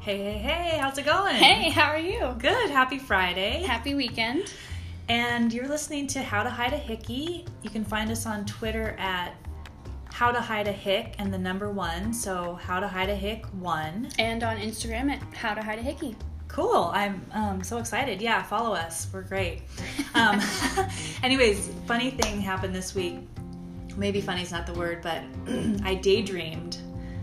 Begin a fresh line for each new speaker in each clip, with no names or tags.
Hey, hey, hey, how's it going?
Hey, how are you?
Good, happy Friday.
Happy weekend.
And you're listening to How to Hide a Hickey. You can find us on Twitter at How to Hide a Hick and the number one. So, How to Hide a Hick one.
And on Instagram at How to Hide a Hickey.
Cool. I'm um, so excited. Yeah, follow us. We're great. Um, anyways, funny thing happened this week. Maybe funny is not the word, but I daydreamed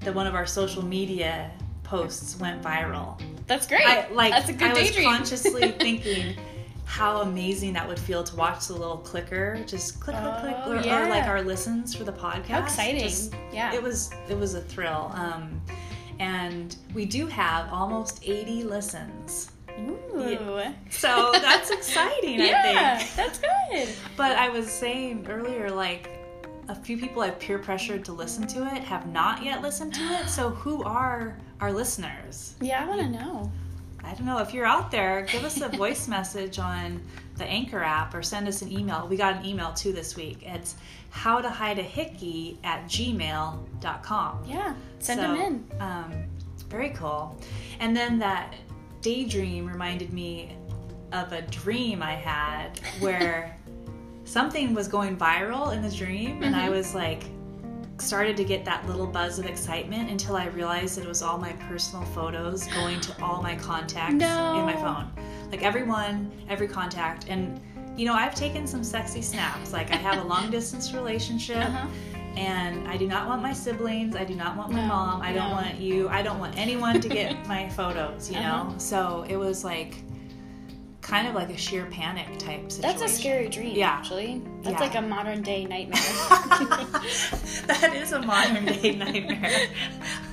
that one of our social media posts went viral.
That's great.
I, like
That's a good
I
daydream.
was consciously thinking how amazing that would feel to watch the little clicker just click click click
Oh,
or, or
yeah.
like our listens for the podcast.
How exciting.
Just-
yeah.
It was it was a thrill. Um, and we do have almost 80 listens.
Ooh.
So that's exciting, I
yeah,
think.
that's good.
But I was saying earlier, like, a few people I've peer pressured to listen to it have not yet listened to it. So, who are our listeners?
Yeah, I want to know.
I don't know. If you're out there, give us a voice message on the Anchor app or send us an email. We got an email too this week. It's how to hide a hickey at gmail.com.
Yeah, send
So,
them in.
Um, very cool. And then that daydream reminded me of a dream I had where something was going viral in the dream, and
Mm-hmm.
I was like, started to get that little buzz of excitement until I realized that it was all my personal photos going to all my contacts in my
No.
phone. Like everyone, every contact. And, you know, I've taken some sexy snaps. Like I have a long distance relationship
Uh-huh.
and I do not want my siblings. I do not want my
No,
mom. I don't
no.
want you. I don't want anyone to get my photos, you know?
Uh-huh.
So it was like kind of like a sheer panic type situation.
That's a scary dream,
Yeah.
actually. That's
Yeah.
like a modern day nightmare.
that is a modern day nightmare.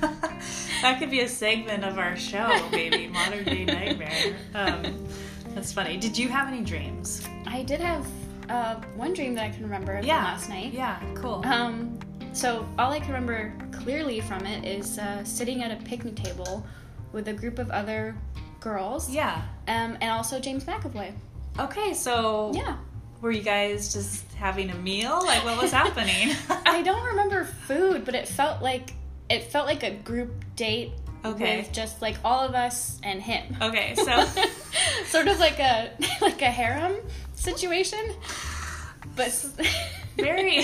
that could be a segment of our show, baby. Modern day nightmare. Um, that's funny. Did you have any dreams?
I did have uh, one dream that I can remember from
Yeah.
last night.
Yeah, cool.
Um, so all I can remember clearly from it is uh, sitting at a picnic table with a group of other girls,
yeah.
um, and also James McAvoy.
Okay, so
Yeah,
were you guys just having a meal? Like, what was happening?
I don't remember food, but it felt like it felt like a group date
Okay.
with just like all of us and him.
Okay, so
sort of like a like a harem situation, but s-
very.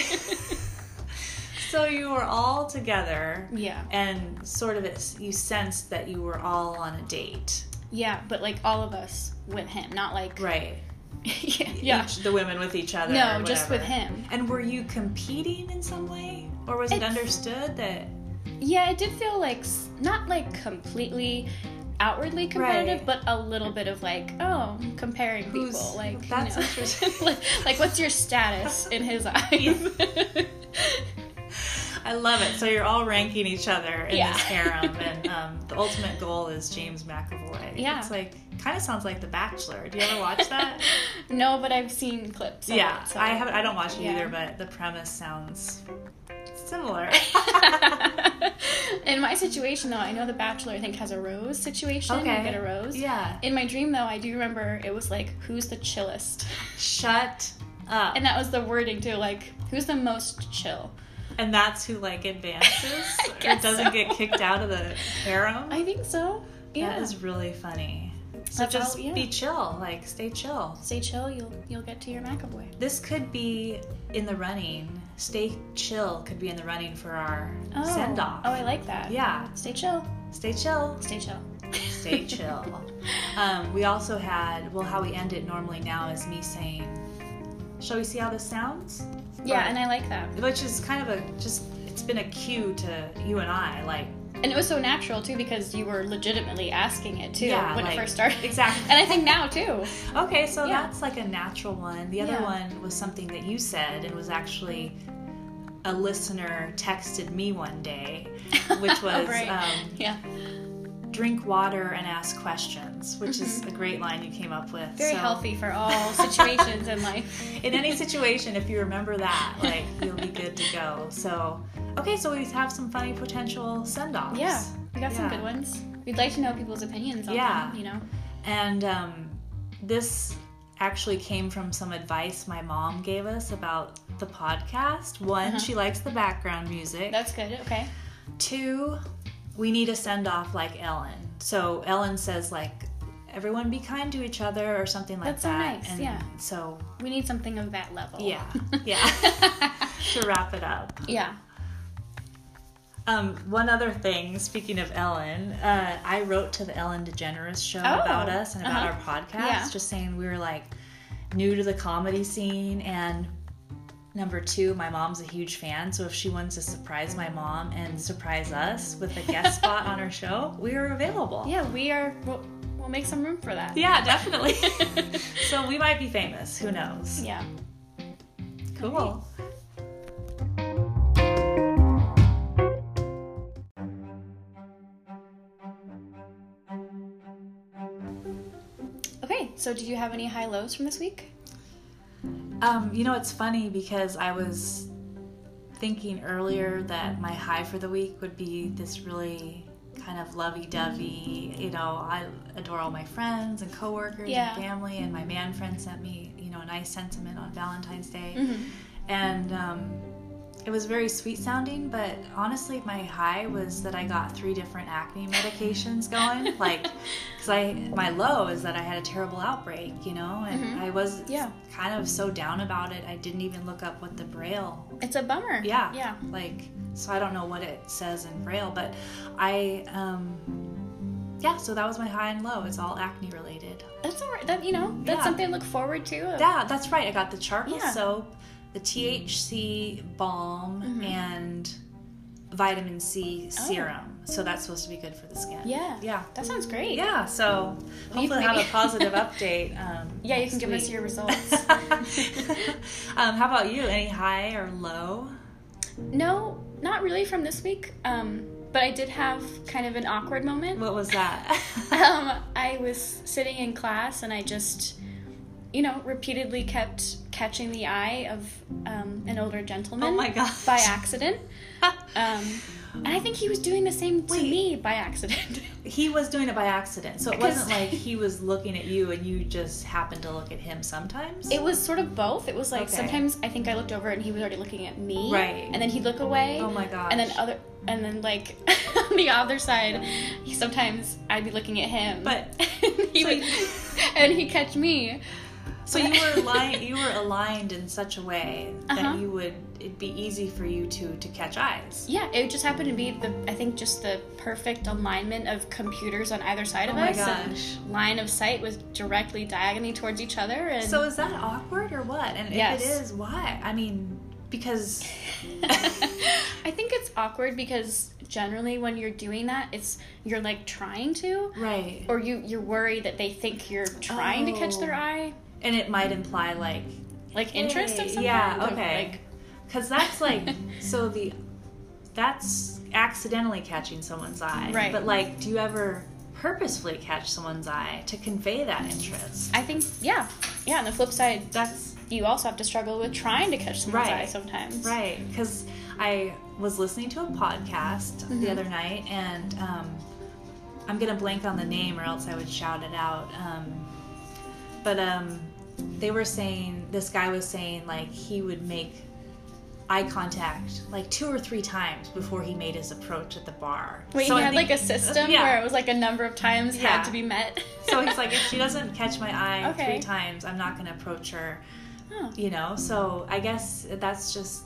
so you were all together,
yeah.
and sort of it's, you sensed that you were all on a date,
Yeah, but like all of us with him, not like
right?
yeah, yeah.
Each, the women with each other.
no,
or
just with
whatever.
him.
And were you competing in some way, or was it
It's-
understood that?
Yeah, it did feel like s- not like completely outwardly competitive,
Right.
but a little bit of like oh, comparing
Who's-
people, like you
that's
know.
interesting.
like, like, what's your status in his eyes?
I love it. So you're all ranking each other in
Yeah.
this harem, and um, the ultimate goal is James McAvoy.
Yeah.
it's like kind of sounds like The Bachelor. Do you ever watch that?
no, but I've seen clips. of
yeah,
it, so-
I haven't. I don't watch it
yeah.
either, but the premise sounds similar.
in my situation, though, I know the Bachelor I think has a rose situation.
Okay.
You get a rose.
yeah.
In my dream, though, I do remember it was like, who's the chillest?
Shut up.
And that was the wording too, like, who's the most chill?
And that's who like advances
I
or
guess
doesn't
so.
get kicked out of the harem.
I think so. Yeah.
That is really funny. So
That's
just
how- yeah.
be chill, like stay chill.
Stay chill, you'll you'll get to your McAvoy.
This could be in the running. Stay chill could be in the running for our send off.
Oh, I like that.
Yeah,
Stay chill.
stay chill.
Stay chill.
Stay chill. um, we also had well, how we end it normally now is me saying, "Shall we see how this sounds?"
Yeah, and I like that.
Which is kind of a just. It's been a cue to you and I, like
And it was so natural too because you were legitimately asking it too
Yeah,
when
like-
it first started.
exactly.
And I think now too.
Okay, so
Yeah.
that's like a natural one. The other
Yeah.
one was something that you said and was actually a listener texted me one day, which was
Right.
um,
Yeah.
drink water and ask questions, which is a great line you came up with.
Mm-hmm. Very
So,
healthy for all situations in life.
In any situation, if you remember that, like you'll be good to go. So, okay, so we have some funny potential send offs.
Yeah. We got some
Yeah.
good ones. We'd like to know people's opinions on
Yeah.
them, you know.
And um, this actually came from some advice my mom gave us about the
Uh-huh.
podcast. One, she likes the background music.
That's good. Okay.
Two, we need a send off like Ellen. So Ellen says like everyone be kind to each other or something like
That's so
that.
nice,
and
yeah.
So
We need something of that level.
yeah, yeah. to wrap it up.
yeah.
Um, one other thing, speaking of Ellen, uh, I wrote to the Ellen DeGeneres show about us and about
uh-huh.
our podcast,
Yeah.
just saying we were like new to the comedy scene. And number two, my mom's a huge fan. So if she wants to surprise my mom and surprise us with a guest spot on her show, we are available.
Yeah, we are. We'll, we'll make some room for that.
Yeah, definitely. so we might be famous. Who knows?
Yeah.
Cool.
Okay, so did you have any high lows from this week?
Um, you know, it's funny because I was thinking earlier that my high for the week would be this really kind of lovey-dovey. You know, I adore all my friends and coworkers
Yeah.
and family, and my man friend sent me, you know, a nice sentiment on Valentine's Day, and um, it was very sweet sounding. But honestly, my high was that I got three different acne medications going, like. Because I, my low is that I had a terrible outbreak, you know, and I was
Yeah.
kind of so down about it. I didn't even look up what the braille
It's a bummer.
yeah.
Yeah.
Like, so I don't know what it says in Braille, but I, um, yeah, so that was my high and low. It's all acne related.
That's all right. That you know, that's
Yeah.
something to look forward to.
Yeah, that's right. I got the charcoal
Yeah.
soap, the THC balm,
Mm-hmm.
and vitamin C serum. So that's supposed to be good for the skin.
Oh. Yeah.
Yeah.
That sounds great.
Yeah, so hopefully I'll have
maybe-
a positive update. Um,
Yeah, you
next
can give us
week.
your results.
um, how about you? Any high or low?
no, not really from this week. Um, but I did have kind of an awkward moment.
What was that? Oh
Um, I was sitting in class and I just, you know, repeatedly kept catching the eye of um, an older gentleman.
Oh my gosh.
By accident. Um, and I think he was doing the same to
Wait.
me by accident.
he was doing it by accident, so it wasn't
'Cause-
like he was looking at you and you just happened to look at him sometimes.
It was sort of both. It was like
Okay.
sometimes I think I looked over and he was already looking at me,
Right.
And then he'd look away.
Oh my gosh.
And then other, and then like on the other side, he sometimes I'd be looking at him,
But-
he
so
would,
you-
and he'd catch me.
so you were aligned. You were aligned in such a way that
Uh-huh.
you would. It'd be easy for you to to catch eyes.
Yeah, it just happened to be the I think just the perfect alignment of computers on either side of
Oh my
us. and
gosh.
Line of sight was directly diagonally towards each other, and
So is that awkward or what? And
Yes.
if it is, why? I mean, because
I think it's awkward because generally when you're doing that, it's you're like trying to,
right,
or you you're worried that they think you're trying to catch their
Oh.
eye,
and it might imply like
like interest of
Hey,
something.
yeah,
but,
okay.
Like,
Because that's like, so the, that's accidentally catching someone's eye.
Right.
But like, do you ever purposefully catch someone's eye to convey that interest?
I think yeah, yeah. On the flip side,
That's
you also have to struggle with trying to catch someone's
Right.
eye sometimes.
right. Because I was listening to a podcast
Mm-hmm.
the other night, and um, I'm gonna blank on the name, or else I would shout it out. Um, but um, they were saying this guy was saying like he would make eye contact like two or three times before he made his approach at the bar.
Wait,
So
he
I
had
think- uh,
like a system
Yeah.
where it was like a number of times
Yeah.
had to be met.
so he's like, if she doesn't catch my eye
Okay. Oh.
three times, I'm not gonna approach her.
Huh.
You know. So I guess that's just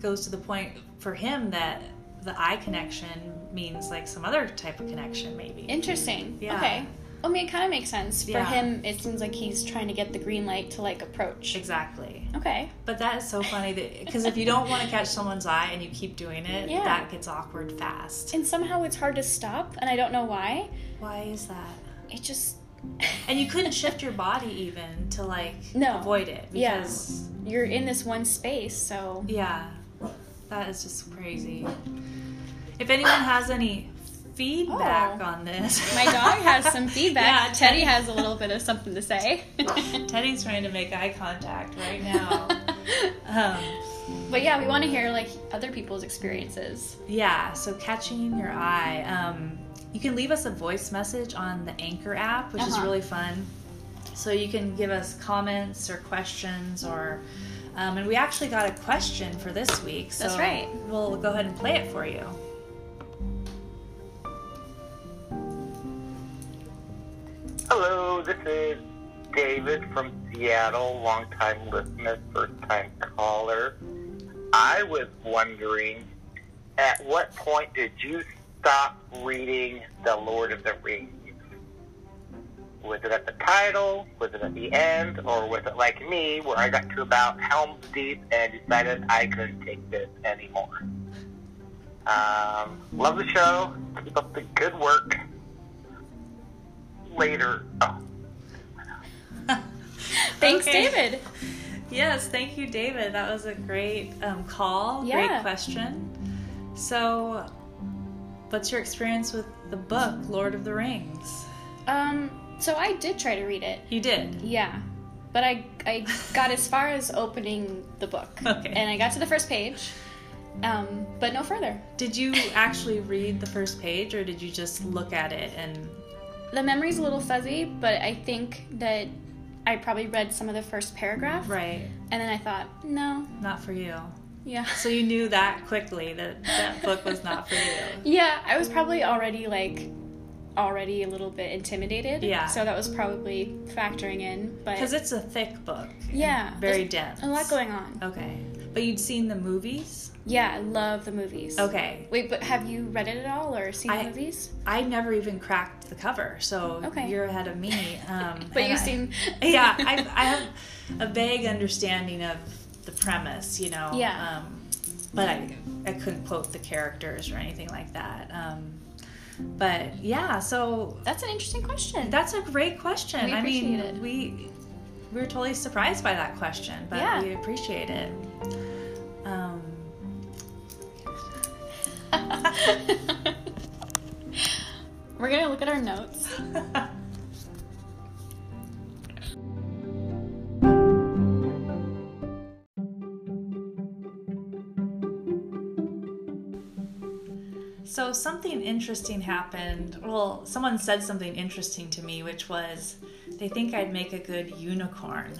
goes to the point for him that the eye connection means like some other type of connection, maybe.
Interesting.
Yeah.
Okay. I mean, it kind of makes sense for
Yeah.
him. It seems like he's trying to get the green light to like approach.
exactly.
Okay.
But that is so funny that because if you don't want to catch someone's eye and you keep doing it,
Yeah.
that gets awkward fast.
And somehow it's hard to stop, and I don't know why.
Why is that?
It just
And you couldn't shift your body even to like
No.
avoid it
Yeah.
because
you're in this one space, so
yeah. that is just crazy. If anyone has any feedback
Oh.
on this,
my dog has some feedback.
Yeah,
Teddy has a little bit of something to say.
Teddy's trying to make eye contact right now. um,
but yeah, we want to hear like other people's experiences.
Yeah, so catching your eye. Um, you can leave us a voice message on the Anchor app, which is
Uh-huh.
really fun. So you can give us comments or questions, or um, and we actually got a question for this week. So
That's right.
We'll go ahead and play it for you.
Hello, this is David from Seattle, longtime listener, first time caller. I was wondering, at what point did you stop reading The Lord of the Rings? Was it at the title? Was it at the end? Or was it like me, where I got to about Helm's Deep and decided I couldn't take this anymore? Um, love the show. Keep up the good work. Later. Oh.
Thanks,
Okay.
David.
Yes, thank you, David. That was a great um, call. Great
Yeah.
question. So, what's your experience with the book Lord of the Rings?
Um, so I did try to read it.
You did.
Yeah. But I, I got as far as opening the book.
Okay.
And I got to the first page, um, but no further.
Did you actually read the first page, or did you just look at it and?
The memory's a little fuzzy, but I think that I probably read some of the first paragraph.
Right,
And then I thought, no,
not for you.
yeah.
So you knew that quickly that that book was not for you.
Yeah, I was probably already like already a little bit intimidated.
Yeah.
So that was probably factoring in, but
Because it's a thick book.
yeah,
Very
there's
dense.
a lot going on.
Okay, but you'd seen the movies.
Yeah, I love the movies.
Okay,
Wait, but have you read it at all or seen
I-
the movies?
I never even cracked the cover, so
Okay.
you're ahead of me. Um,
But
and
you've
I-
seen
yeah, I, I have a vague understanding of the premise, you know.
Yeah.
Um, but I, I couldn't quote the characters or anything like that. Um, but yeah, so
That's an interesting question.
that's a great question.
We
I mean,
appreciate it.
we we were totally surprised by that question, but
Yeah.
we appreciate it. Um,
We're gonna look at our notes.
So something interesting happened. Well, someone said something interesting to me, which was they think I'd make a good unicorn.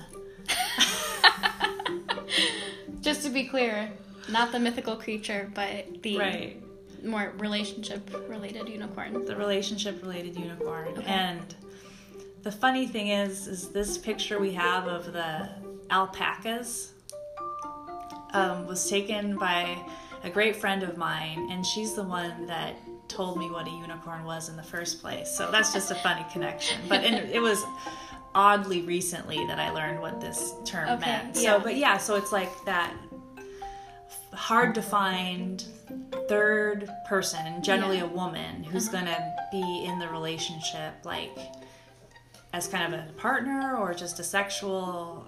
Just to be clear, not the mythical creature, but the
Right.
more relationship related unicorn.
The relationship related unicorn. And the funny thing is is this picture we have of the alpacas um, was taken by a great friend of mine and she's the one that told me what a unicorn was in the first place. So that's just a funny connection. But and it was oddly recently that I learned what this term
Okay,
meant. So
yeah.
but yeah, so it's like that hard to find third person, generally
Yeah. Uh-huh.
a woman, who's gonna be in the relationship like as kind of a partner or just a sexual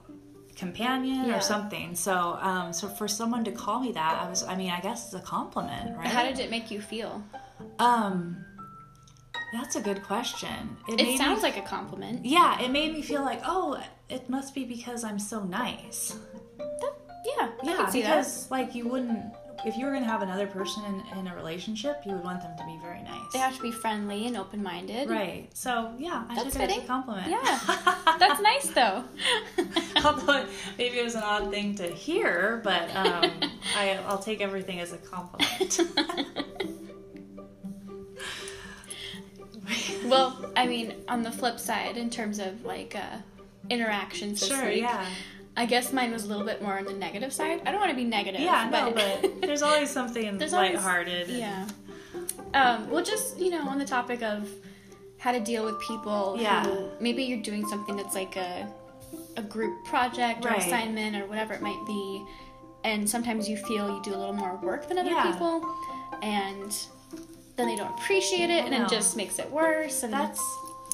companion
Yeah.
or something. So um so for someone to call me that, I was I mean, I guess it's a compliment, right?
How did it make you feel?
um that's a good question. made me
It sounds like a compliment.
yeah, it made me feel like, oh, it must be because I'm so nice.
Yeah, I
Yeah,
can see that.
because like you wouldn't, if you were gonna have another person in, in a relationship, you would want them to be very nice.
They have to be friendly and open minded.
Right. So yeah, I took
That's
it as a
fitting.
compliment.
Yeah. That's nice though.
Although maybe it was an odd thing to hear, but um, I, I'll take everything as a compliment.
well, I mean, on the flip side, in terms of like uh, interactions this
sure.
week,
Yeah.
I guess mine was a little bit more on the negative side. I don't want to be negative.
Yeah. No,
but,
but there's always something
There's always-
lighthearted. and-
yeah. Um, well, just you know, on the topic of how to deal with people.
Yeah.
Who, maybe you're doing something that's like a a group project or
Right.
assignment or whatever it might be, and sometimes you feel you do a little more work than other
Yeah.
people, and then they don't appreciate it, and
No.
it just makes it worse. And
That's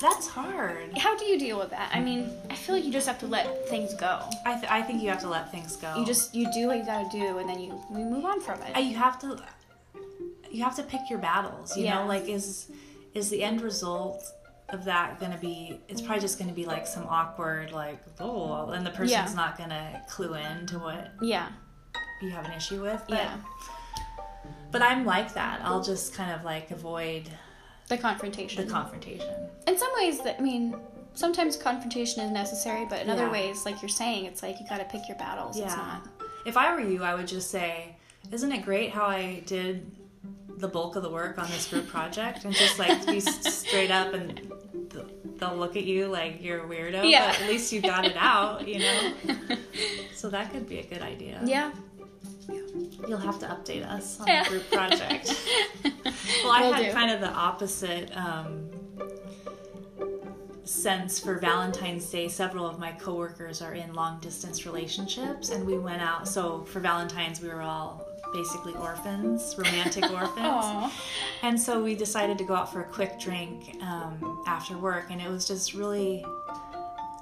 that's hard.
how do you deal with that? I mean, I feel like you just have to let things go.
I, th- I think you have to let things go.
You just you do what you gotta do, and then you we move on from it.
Oh. I- Uh, you have to you have to pick your battles you
Yeah.
know like is is the end result of that gonna be it's probably just gonna be like some awkward like oh and the person's
Yeah.
not gonna clue in to what
yeah,
you have an issue with but,
yeah.
but i'm like that i'll just kind of like avoid
The confrontation.
the confrontation
in some ways that I mean sometimes confrontation is necessary but in other
Yeah.
ways like you're saying it's like you got to pick your battles it's
Yeah.
not
if i were you i would just say isn't it great how i did the bulk of the work on this group project and just like be s- straight up and the, they'll look at you like you're a weirdo.
Yeah.
But at least you got it out, you know. So that could be a good idea.
yeah.
You'll have to update us on
Yeah.
the group project. Well, I
Will
had
do.
kind of the opposite um, sense for Valentine's Day. Several of my coworkers are in long distance relationships, and we went out. So for Valentine's, we were all basically orphans, romantic orphans.
Aw.
And so we decided to go out for a quick drink um, after work, and it was just really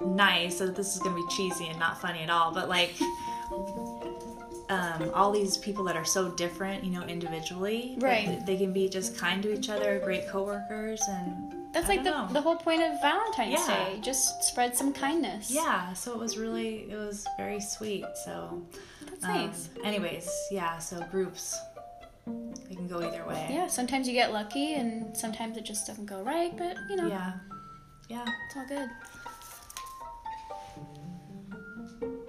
nice. So this is gonna be cheesy and not funny at all, but like. Um, all these people that are so different, you know, individually, but
Right.
They can be just kind to each other, great coworkers, and
That's
I
like the,
don't know.
the whole point of
Yeah.
Valentine's Day. Just spread some kindness.
yeah. So it was really, it was very sweet. So
That's
um,
nice.
Anyways, yeah. So groups, they can go either way.
Yeah, sometimes you get lucky and sometimes it just doesn't go right, but you know,
Yeah. Yeah.
it's all good.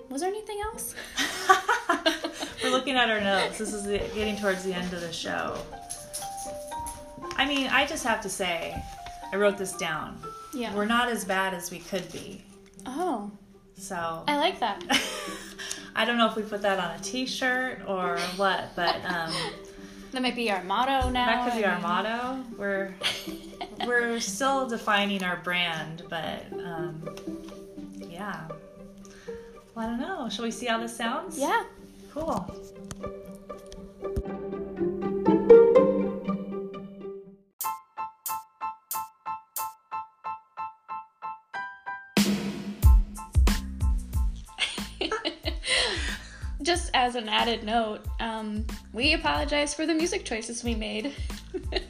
Was there anything else?
We're looking at our notes. This is the, getting towards the end of the show. I mean, I just have to say, I wrote this down.
Yeah.
We're not as bad as we could be.
oh,
So
I like that.
I don't know if we put that on a T-shirt or what, but um,
That might be our motto now.
that could be
I
our
mean-
motto. We're we're still defining our brand, but um, yeah. Well, I don't know. Shall we see how this sounds?
Yeah.
Cool.
Just as an added note, um, we apologize for the music choices we made.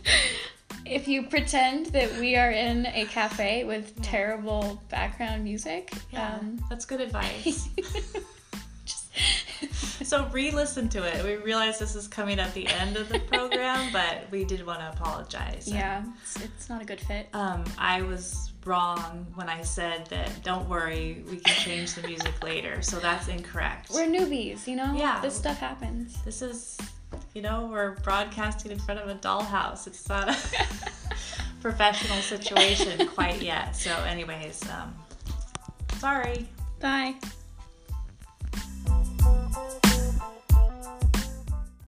if you pretend that we are in a cafe with terrible background music,
Yeah,
um,
that's good advice.
just
so re-listen to it. We realize this is coming at the end of the program, but we did want to apologize.
yeah, it's, it's not a good fit.
Um, I was wrong when I said that. Don't worry, we can change the music later. So that's incorrect.
We're newbies, you know.
Yeah.
this stuff happens.
this is, you know, we're broadcasting in front of a dollhouse. It's not a professional situation quite yet. So, anyways, um, sorry.
Bye.